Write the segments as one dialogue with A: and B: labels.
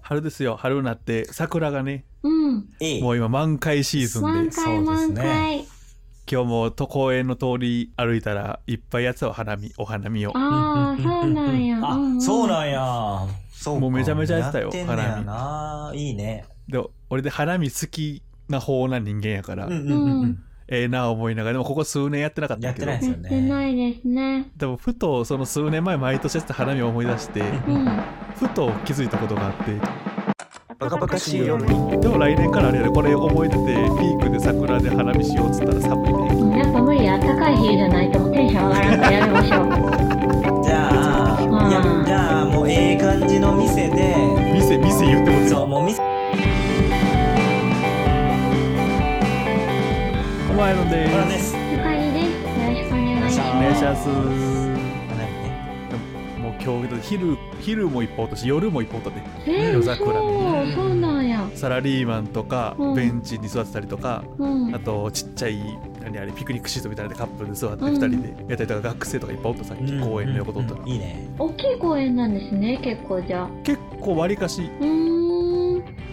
A: 春ですよ春になって桜がね
B: うん。
C: いい。
A: もう今満開シーズン
B: 満
A: で
B: 開
C: そうです
B: 満
C: ね
B: 開。
A: 今日もと公園の通り歩いたらいっぱいやつは花見お花見を
B: ああ、そうなんや。
C: あ、
B: んん
C: そうなんや。そうか
A: もうめちゃめちゃやってたよ
C: やってんねやな。いいね。
A: で俺で花見好きな方な人間やから、
C: うんうんうんう
B: うんん。
A: ええな思いながらでもここ数年やってなかった
C: やっ
A: け
C: て
A: ど
C: ないです
B: やっ
C: よね。
B: てないですね。
A: でもふとその数年前毎年やってた花見を思い出して
B: うん。
A: ふと気づいたことがあって
C: バカバカしいよ。
A: でも来年からあれやでこれ覚えててピークで桜で花見しようっつったら寒いね
B: やっぱ無理や。暖かい昼じゃないともうテンション上がらなくてやめましょう。
C: じゃあ、いや、じゃあ、もうええ感じの店で、
A: 店店言っても
C: そう、もう店、
A: お前ので
C: これ
A: ー
C: です。
B: おかえりです。よろしくお願いし
A: お願
B: ま
A: い
B: す
A: し。ます
C: 花火ね
A: もう今日昼昼も一歩落とし夜も一歩落とで
B: えー、
A: 夜
B: 嘘
A: 桜
B: そう、そうなんや。
A: サラリーマンとか
B: うん
A: ベンチに座ってたりとか、
B: うん
A: あ。とちっちゃい何あれピクニックシートみたいなのでカップルで座って二人でやったりとか、学生とかいっぱいおったさっき公園の横通ったら、
C: うんうんいいね。
B: 大きい公園なんですね、結構じゃあ。
A: 結構わりかし
B: うーん。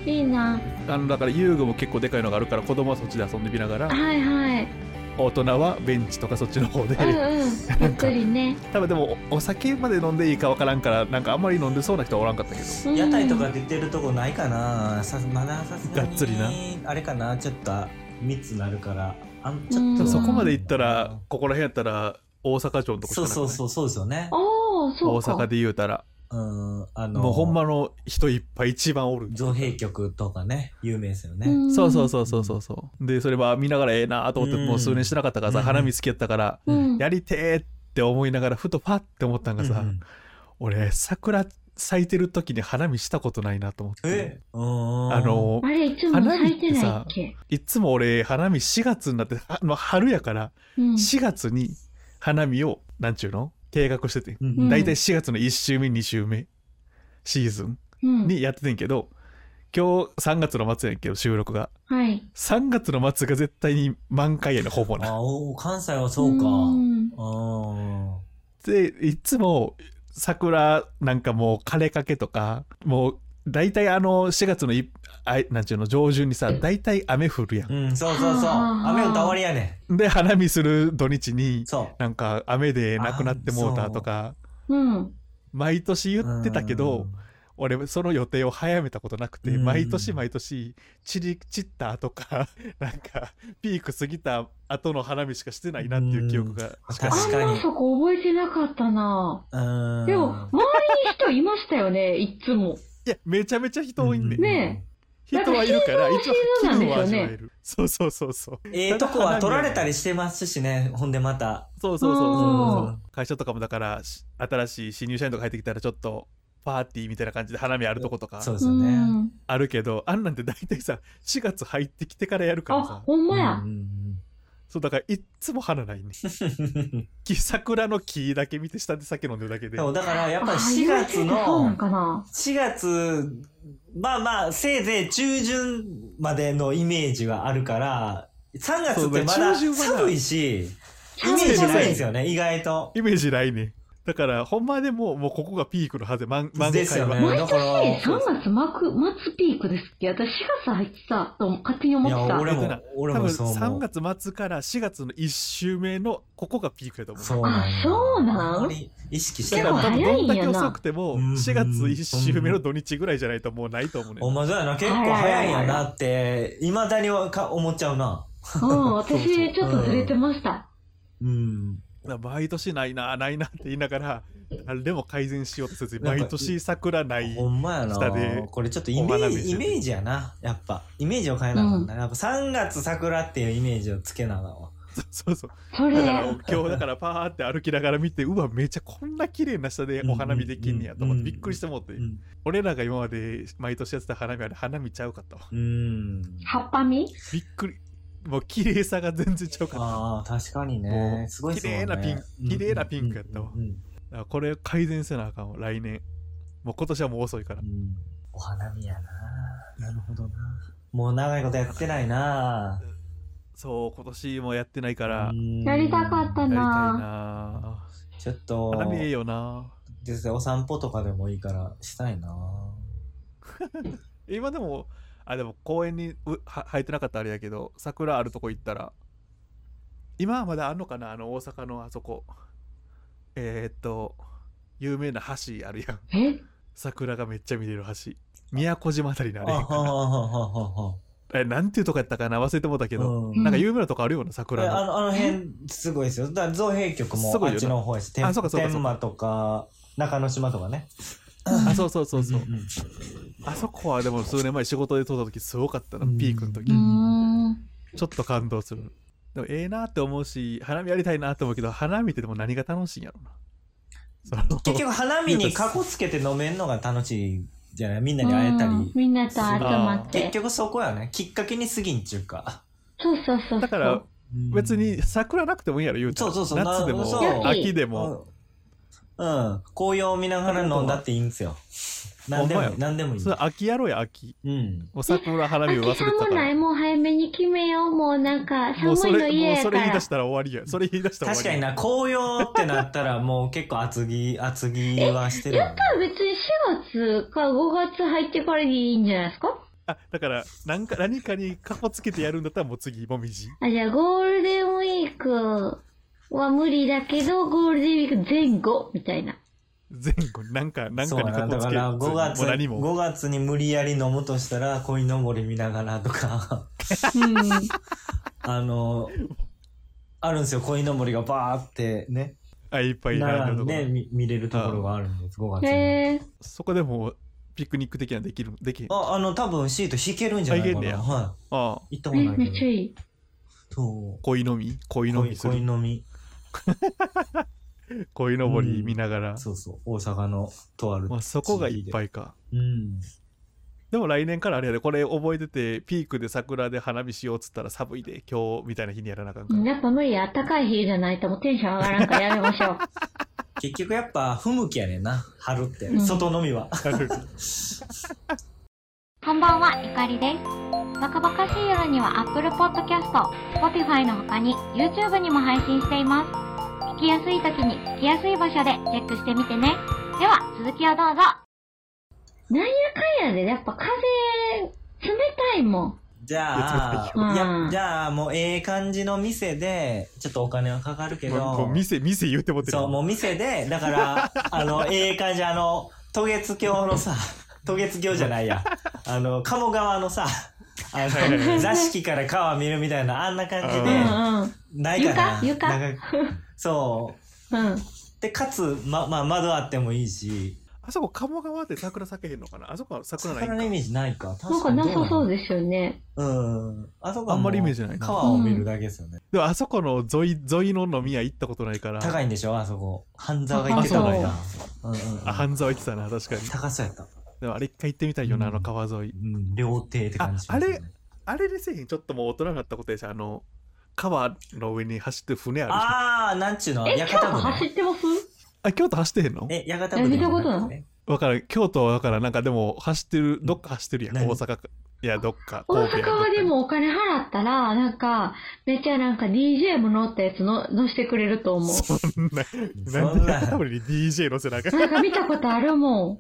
B: いいな。
A: あのだから遊具も結構でかいのがあるから子供はそっちで遊んでみながら
B: はいはい。
A: 大人はベンチとかそっちの方で、
B: うんうん。ゆっくりね。
A: 多分でもおお酒まで飲んでいいかわからんからなんかあんまり飲んでそうな人はおらんかったけど
B: うん
C: 屋台とか出てるとこないかなさまださすがに
A: がっつりな
C: あれかなちょっと密なるからあんち
B: う
C: ょ
B: ん
C: っ
A: で
C: と
A: もそこまで行ったらここら辺やったら大阪城のとこしか
C: そ
A: なく
C: う
A: ない
C: そうそうそうですよね
B: おー、そ
A: 大
B: うか。
A: 阪で言うたら
C: うんあの
A: もうほんまの人いっぱい一番おる
C: 造幣局とかね有名ですよね、
B: ん
A: そうそうそうそうそうそうでそれは見ながらええなと思って
C: うん
A: もう数年してなかったからさ
C: うん
A: 花見好きやったから
B: うん。
A: やりてーって思いながらふとパッて思ったんがさ
C: うん
A: 俺桜咲いてる時に花見したことないなと思って
C: えうん
A: あの
B: あれ、いつも咲いてないっけ
A: いつも俺花見4月になってはまあ春やから
B: うん。
A: 4月に花見をなんちゅうの計画してて
C: うん
A: 大体4月の1週目2週目シーズン
B: うん
A: にやっててんけど今日3月の末やんけど収録が
B: はい。
A: 3月の末が絶対に満開やねほぼな
C: あお関西はそうか
B: ん
C: うん
A: でいつも桜なんかもう枯れかけとかもう大体あの4月のいあいなんちゅうの上旬にさ大体雨降るや
C: うんそうそうそう
B: はあはあはあ
C: 雨のたわりやね
A: んで花見する土日に
C: そう
A: なんか雨でなくなってもうたとか
B: うん。
A: 毎年言ってたけど俺その予定を早めたことなくて、
C: うん
A: 毎年毎年散り散った後か なんかピーク過ぎた後の花見しかしてないなっていう記憶が、
C: うん
A: しかし
B: あ
C: 確
B: ん
C: かに
B: まそこ覚えてなかったな。
C: うんうん
B: でも、周りに人いましたよね、 いつも。
A: いやめちゃめちゃ人多いんで、
B: うんね
A: 人はいるから
B: なんか
A: 一応気分は
B: シーズンなんです
A: 味
B: よ
A: わ
B: ね
A: える、そうそうそうそう
C: ええとこは取られたりしてますしね、ほんでまた。
A: そうそうそうそうそうう会社とかもだからし新しい新入社員とか入ってきたらちょっとパーティーみたいな感じで花見あるとことか
C: そうです
B: う
C: よね。
B: ん。
A: あるけどあんなんて大体さ4月入ってきてからやるから
B: あ
A: さ、
B: ほんまや
C: うん。うん
A: そうだからいっつも花ないね
C: うん
A: 木桜の木だけ見て下で酒飲んでるだけで
C: でもだからやっぱり
B: あ
C: 4月
B: 言われてみたらそうなん
C: の、
B: かな。
C: 4月、まあまあ、せいぜい中旬までのイメージはあるから、3月ってまだ
A: そうね中旬はな
C: 寒いし、イメ
A: う
C: ージないんです
B: よ。
C: よね、意外と。
A: イメージないねだからほんまでももうここがピークのはず満満
C: です
A: 開
C: よ
A: は、
C: ね。だから、
B: え、3月まく末ピークですっけ私4月入ってたと勝手に思
C: い
B: っ
C: や、
B: てた。
C: 俺も、俺
A: 多
C: も
A: 分
C: そう思う。
A: 3月末から4月の1週目のここがピークやと思う
C: そうなんや
B: あそうなん
C: あまり意識して
A: だ
C: な
A: か
C: い
A: ら多分
B: 結構
A: どん
B: 早いんや
A: だ
B: な
A: け遅くても
C: うん
A: 4月1週目の土日ぐらいじゃないともうないと思うね
C: お前そうやな、結構早いんやなって、いまだにはか思っちゃうな。
B: うん、私ちょっとずれてました。
C: うん。
A: だから毎年ないなないなって言いながらあでも改善しようとせずに毎年桜ない
C: ほんまや
A: 下で
C: な。これちょっとイ
A: お
C: メ
A: 花
C: ー
A: 見して
C: ジ、
A: て
C: イメージやな。やっぱ、イメージを変えなあかんな。やっぱ3月桜っていうイメージをつけなあかんわ。
A: そうそう
B: それ
A: だ、から今日だからパーって歩きながら見てうわめちゃこんな綺麗な下でお花見できんねやと思って
C: うんうんうん
A: びっくりしてもって
C: うん。
A: 俺らが今まで毎年やってた花見あれ花見ちゃうかったわ
C: うん。
B: 葉っぱ見
A: びっくりもう綺麗さが全然ちゃうかった
C: ああ、確かに
A: も
C: ね。
A: う
C: すごいっすもん
A: 綺
C: ね
A: 麗なピン綺麗なピンクやったわ
C: うんうんうん
A: だからこれ改善せなあかんわ来年もう今年はもう遅いから
C: うんお花見やな。なるほどな。もう長いことやってないな。
A: そう今年もやってないから
C: うん
B: やりたかった
A: やりたい
B: な
A: なあ
C: ちょっと、
A: 花見ええよな
C: ですねお散歩とかでもいいからしたいな
A: 今でもあでも公園にうは生えてなかったらあれやけど桜あるとこ行ったら今はまだあんのかなあの大阪のあそこえー、っと有名な橋あるやん
B: え
A: 桜がめっちゃ見れる橋宮古島あたりのあれ
C: あ
A: や
C: は
A: んかな
C: はははは。
A: えなんていうとこやったかな忘れてもうたけど、
C: うん
B: ん
A: なんか有名なとこあるよな
C: え
A: 桜の
C: あのあの辺すごいですよ。だから造幣局も
A: すごいよ
C: あっ
A: な
C: ちの方です。天
A: あそうかそうかそうか
C: 天満とか中之島とかね。
A: あそうそうそうそう、
C: んん
A: あそこはでも数年前仕事で通った時すごかったな、
C: うん
A: ピークの時
B: うーん。
A: ちょっと感動するでもええなって思うし花見やりたいなって思うけど花見ってでも何が楽しいんやろなその
C: 結局花見にかこつけて飲めんのが楽しいじゃないみんなに会えた
B: うん
C: り。
B: みんなと集まっ
C: 結
B: て。
C: 局そこやね。きっかけに過ぎんちゅうか。
B: そうそうそうそう。
A: だから別に桜なくてもいいやろ言うたら
C: そうそうそう
A: 夏でも
C: そう
A: 秋でも
C: うん、うん紅葉を見ながら飲んだっていいんですよ。何でも
A: ほんま
C: い
A: や
C: い、何でもいい
A: そ。れ秋やろや秋
C: うん。
A: もう桜花見を忘れ
B: 秋
A: て
B: さん
A: た
B: も
A: か
B: な
A: ら
B: い、もう早めに決めよう。もうなんか、
A: も
B: 寒
A: うそ
B: いの
A: れも
B: 嫌
A: う
B: や
A: そ
B: か
A: れ言い
B: ら
A: 出し。たら終わりやそれ言い出したら
C: 確
A: 終
C: か
A: わ
C: に
A: りや
C: な、紅葉ってなったらもう結構厚 着、厚着はしてるよね。
B: 別に4月か5月入ってからでいいんじゃないですか
A: あだから何か何かにかこつけてやるんだったらもう次もみじ
B: あ、じゃあゴールデンウィークは無理だけど、ゴールデンウィーク前後みたいな。
A: 前後になんかなん
C: そ
A: か
C: う
A: に
C: な
A: か
C: ん
A: こ
C: だ
A: つ
C: か
A: け
C: ら
A: ず
C: 5月
A: もう何も
C: 5月に無理やり飲むとしたら鯉のぼり見ながら とか
B: うん。
C: あのあるんですよ鯉のぼりがバーってね
A: あいっぱい並
C: 並
A: ん
C: ん
A: で
C: で
A: るとこ
C: 見見れるところがあるんです5月に、
B: へえ
A: そこでもうピクニック的なのできるできへんあ
C: ああの多分シート引けるんじゃないか
A: あいけんねや
C: なは
A: あ
C: い行っ
B: ー。
C: たこと
B: め
C: ない
B: めっちゃ
C: け
B: いい。
C: ど そう
A: 恋のみ恋のみす
C: 鯉
A: る
C: のみ
A: 恋のぼり見ながら、
C: そうそう大阪のとある
A: まあ、そこがいっぱいか
C: うん
A: でも来年からあれやでこれ覚えててピークで桜で花火しようっつったら寒いで今日みたいな日にやらなあかんから、
B: やっぱ無理や。暖かい日じゃないともうテンション上がらんからやめましょう。
C: 結局やっぱ不向きやねんな春って、
B: うん
C: 外飲 みは
D: こんばんは、ゆかりです。バカバカしい夜には Apple Podcast、Spotify の他に YouTube にも配信しています。聞きやすい時に聞きやすい場所でチェックしてみてね。では、続きをどうぞ。
B: なんやかんやで、やっぱ風、冷たいもん。
C: じゃあ
B: いや冷たいよ
C: いや
B: うん
C: じゃあもうええ感じの店でちょっとお金はかかるけど
A: もうもう店店言うてもってる
C: そう、もう店で、だ から、あの、ええ感じ、あの、渡月橋のさ、渡月橋じゃないや、あの、鴨川のさ、あ
A: はいはいは
C: の、
A: い
C: 座敷から川見るみたいな、あんな感じ
A: う
B: うん
C: で、
B: んうん。
C: ないかな。
B: 床床
C: なんかそう。
B: うん。
C: で、かつ、ま、まあ、窓あってもいいし、
A: あそこ鴨川って桜咲けへんのかなあそこは桜ない
C: 桜のイメージないか。
B: な
C: 確
B: んか
C: かに
B: な
C: どう
B: さそう
C: で。
B: ですよね。
C: うん。あそこはもう
A: あんまりイメージないな
C: 川を見るだけですよね。
A: でもあそこの沿い沿いの飲み屋行ったことないから
C: 高いんでしょ、あそこ。半沢が行ってたのにな。うんうんうん
A: あ半沢行ってたな確かに
C: 高そうやった。
A: でもあれ一回行ってみたいよな、あの川沿い
C: うん、料亭って感じしますよね。
A: ああれあれでせえへんちょっともう大人になったことやしあの川の上に走ってる船あるじゃんあ
C: あー、なんちゅうの
B: え、
C: 屋
B: 今日
C: 形
B: も走
C: 船。
B: ってます
A: 京都走ってへんの
C: え、屋形船。
B: え見たことない
C: い。
A: わからん京都はだからんなんかでも走ってるどっか走ってるやん
C: 何
A: 大阪かいやどっか
B: 大
A: 神戸や
B: 阪はでもお金払ったら、なんか、めっちゃなんか DJ も乗ったやつの乗せてくれると思う。
A: どっかそんな
C: そ
A: なん
C: ん
A: で やった
C: な。
A: のに DJ 乗せ なあかん
B: なんか見たことあるもん。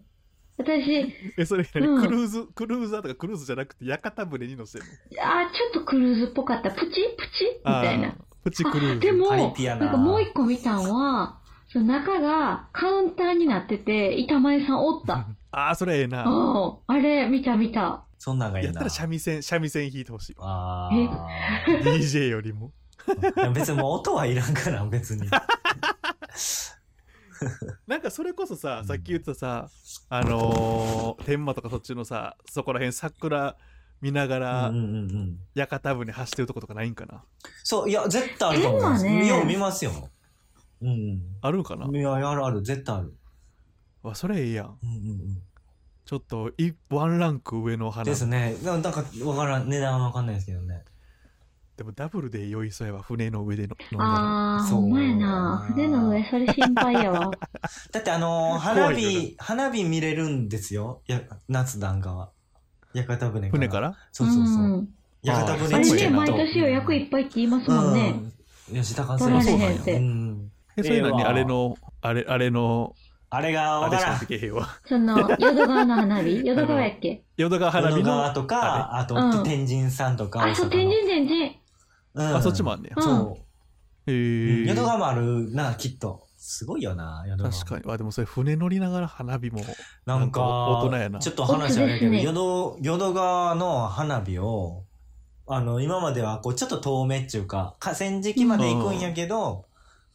B: 私、
A: えそれ、
B: うん
A: クルーズクルーザーとかクルーズじゃなくて屋形船に乗せるの
B: あー、ちょっとクルーズっぽかった。プチプチみ
A: あ
B: たいな
A: ー。プチクルーズ
B: でも、
C: パ
B: なん
C: リピやな
B: かもう一個見たんは、その中がカウンターになってて、板前さんおった。
A: ああそれええな
B: うん。あれ、見た見た。
C: そんなんがいい
A: やっ
C: な。
A: たら三味線三味線弾いてほしいわ
C: あー
A: DJ よりも
C: いや別にもう音はいらんから、別 に。
A: なんかそれこそさ
C: うん
A: さっき言ってたさあのー天満とかそっちのさそこら辺桜見なが
C: うんう
A: ら
C: んうんうん。
A: 屋形船走ってるとことかないんかな
C: そう、いや、絶対あると思います。
B: 変だね
C: よう見ますよ。うん
A: あるんかな
C: うん。いや、あるある、絶対ある。
A: わそれええやん
C: うんうんうん。
A: ちょっといワンランク上の花
C: ですね。ななんか、わからん、値段はわかんないですけどね。
A: でもダブルで酔いそうやわ船の上での飲んだら
B: あー、
C: そう
B: ほんまやな。船の上、それ心配やわ。
C: だってあのー
A: 怖
C: 花
A: いよね
C: 火、花火見れるんですよ。や夏団がは。屋形船から。
A: 船から
C: そうそうそう。
B: ん
C: 屋形
B: あ
C: 船
B: れ
A: ちっ
C: チ
A: ちゃい
B: ね、
A: な
B: 毎年予約いっぱいって言いますもんね。
C: うん、吉高
B: 取られへんって
C: うん
A: えそういうの
C: ええ
A: に
C: わ
A: あれのあれあれの
C: あれが
A: あ
C: わ
A: れ
C: か
A: し
C: ら
A: か
C: ん
A: で。きへんわ。
B: その、淀川の花火淀川やっけ
A: 淀川花
C: 淀
A: 火
C: 川
A: の。
C: と
A: あ
C: か、あと、
B: うん
C: 天神さんとか。
B: あ、そう、
C: 大阪
B: 天
C: の
B: 神天神。
C: うん
A: あ、そっちもあんねや
B: う。ん
C: そ
A: へ
C: う。
A: ー
C: 淀川もあるな、きっと。すごいよな、淀川。
A: 確かに。あ、でもそれ船乗りながら花火も。
C: なんか、
A: なんか大人やな
C: ちょっと話あれや
B: 奥
C: けど、
B: ですね
C: 淀、淀川の花火を、あの、今までは、こう、ちょっと遠目っていうか、河川敷まで行くんやけど、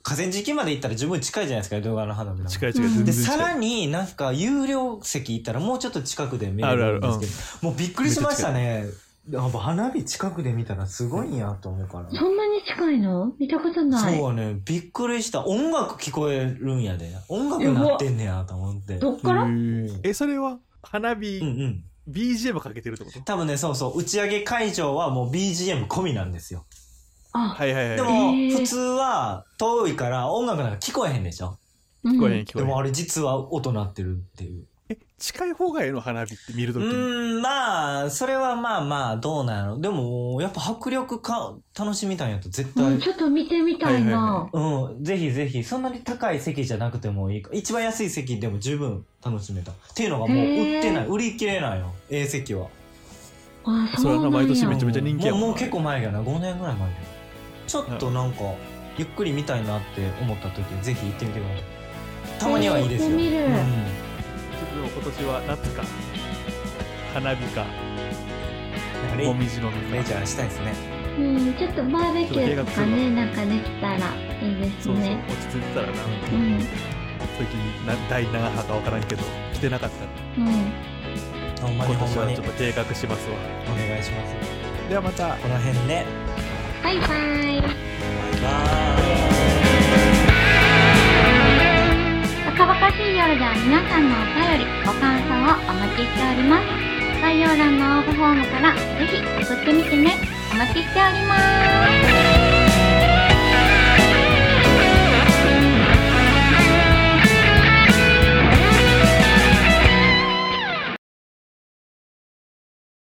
C: 河川敷まで行ったら十分近いじゃないですか、淀川の花火なんか
A: 近い近い。
B: うん
A: 全
C: で、
A: 然
C: さ
A: 近
C: ら
A: い。
C: になんか、有料席行ったらもうちょっと近くで見れ
A: あるある
C: るんですけど、もうびっくりしましたね。やっぱ花火近くで見たらすごいんやと思うから。
B: そんなに近いの見たことない
C: そ。うね、びっくりした。音楽聞こえるんやで。音楽なってんねやと思って。
B: どっから
A: へーえ、それは花
C: うんう
A: 火、
C: ん。
A: BGM かけてるってこと
C: 多分ね、そうそう、打ち上げ会場はもう BGM 込みなんですよ。
B: あ、
A: はいはい
C: で
A: はい。
C: も、
B: へー
C: 普通は遠いから音楽なんか聞こえへんでしょ。
B: うん
A: 聞こえへん聞
C: で
A: こ
C: もあれ実は音鳴ってるっていう。
A: えへん。え、近い方がええの花火って見る
C: う
A: ときに。
C: ーん、まあ、それはまあまあ、どうなんやろ。でも、やっぱ迫力か、楽しみたいんやと絶対。
B: うんちょっと見てみたいな。
C: うん、ぜひぜひ、そんなに高い席じゃなくてもいいか。一番安い席でも十分楽しめた。っていうのがもう売ってない。
B: へ
C: 売り切れないよ。A 席は。
B: あ、
A: そ
B: そ
A: れ
B: う
A: は
B: な
A: なん
B: や
A: 毎年めちゃめちゃ人気やも
C: も
A: んな
C: うもう結構前やな。5年ぐらい前やなちょっとなんか、ゆっくり見たいなって思った時、ぜひ行ってみてください。たまにはいいです
B: え
C: よ。
B: ー行ってみる
C: うん
A: でも今年は夏か、花火か、
C: なんかレ
A: もみじの実か
C: レジャーしたいですね。
B: うん、ちょっとバーベキューとかね、なんかできたらいいです
A: そうそう、
B: ね。
A: 落ち着いてたらな、
B: う
A: 時
B: ん、
A: な第何波かわからんけど、来てなかったら
B: うん。
C: ほんまに
A: 今
C: ほん
A: 年
C: ま
A: は
C: に
A: ちょっと計画しますわ。
C: お願いします。
A: ではまた。
C: この辺で、
B: バイバイ。
C: バイ。
D: バカバカしい夜では皆さんのお便り、ご感想をお待ちしております。概要欄の応募フォームからぜひ送ってみてね。お待ちしております。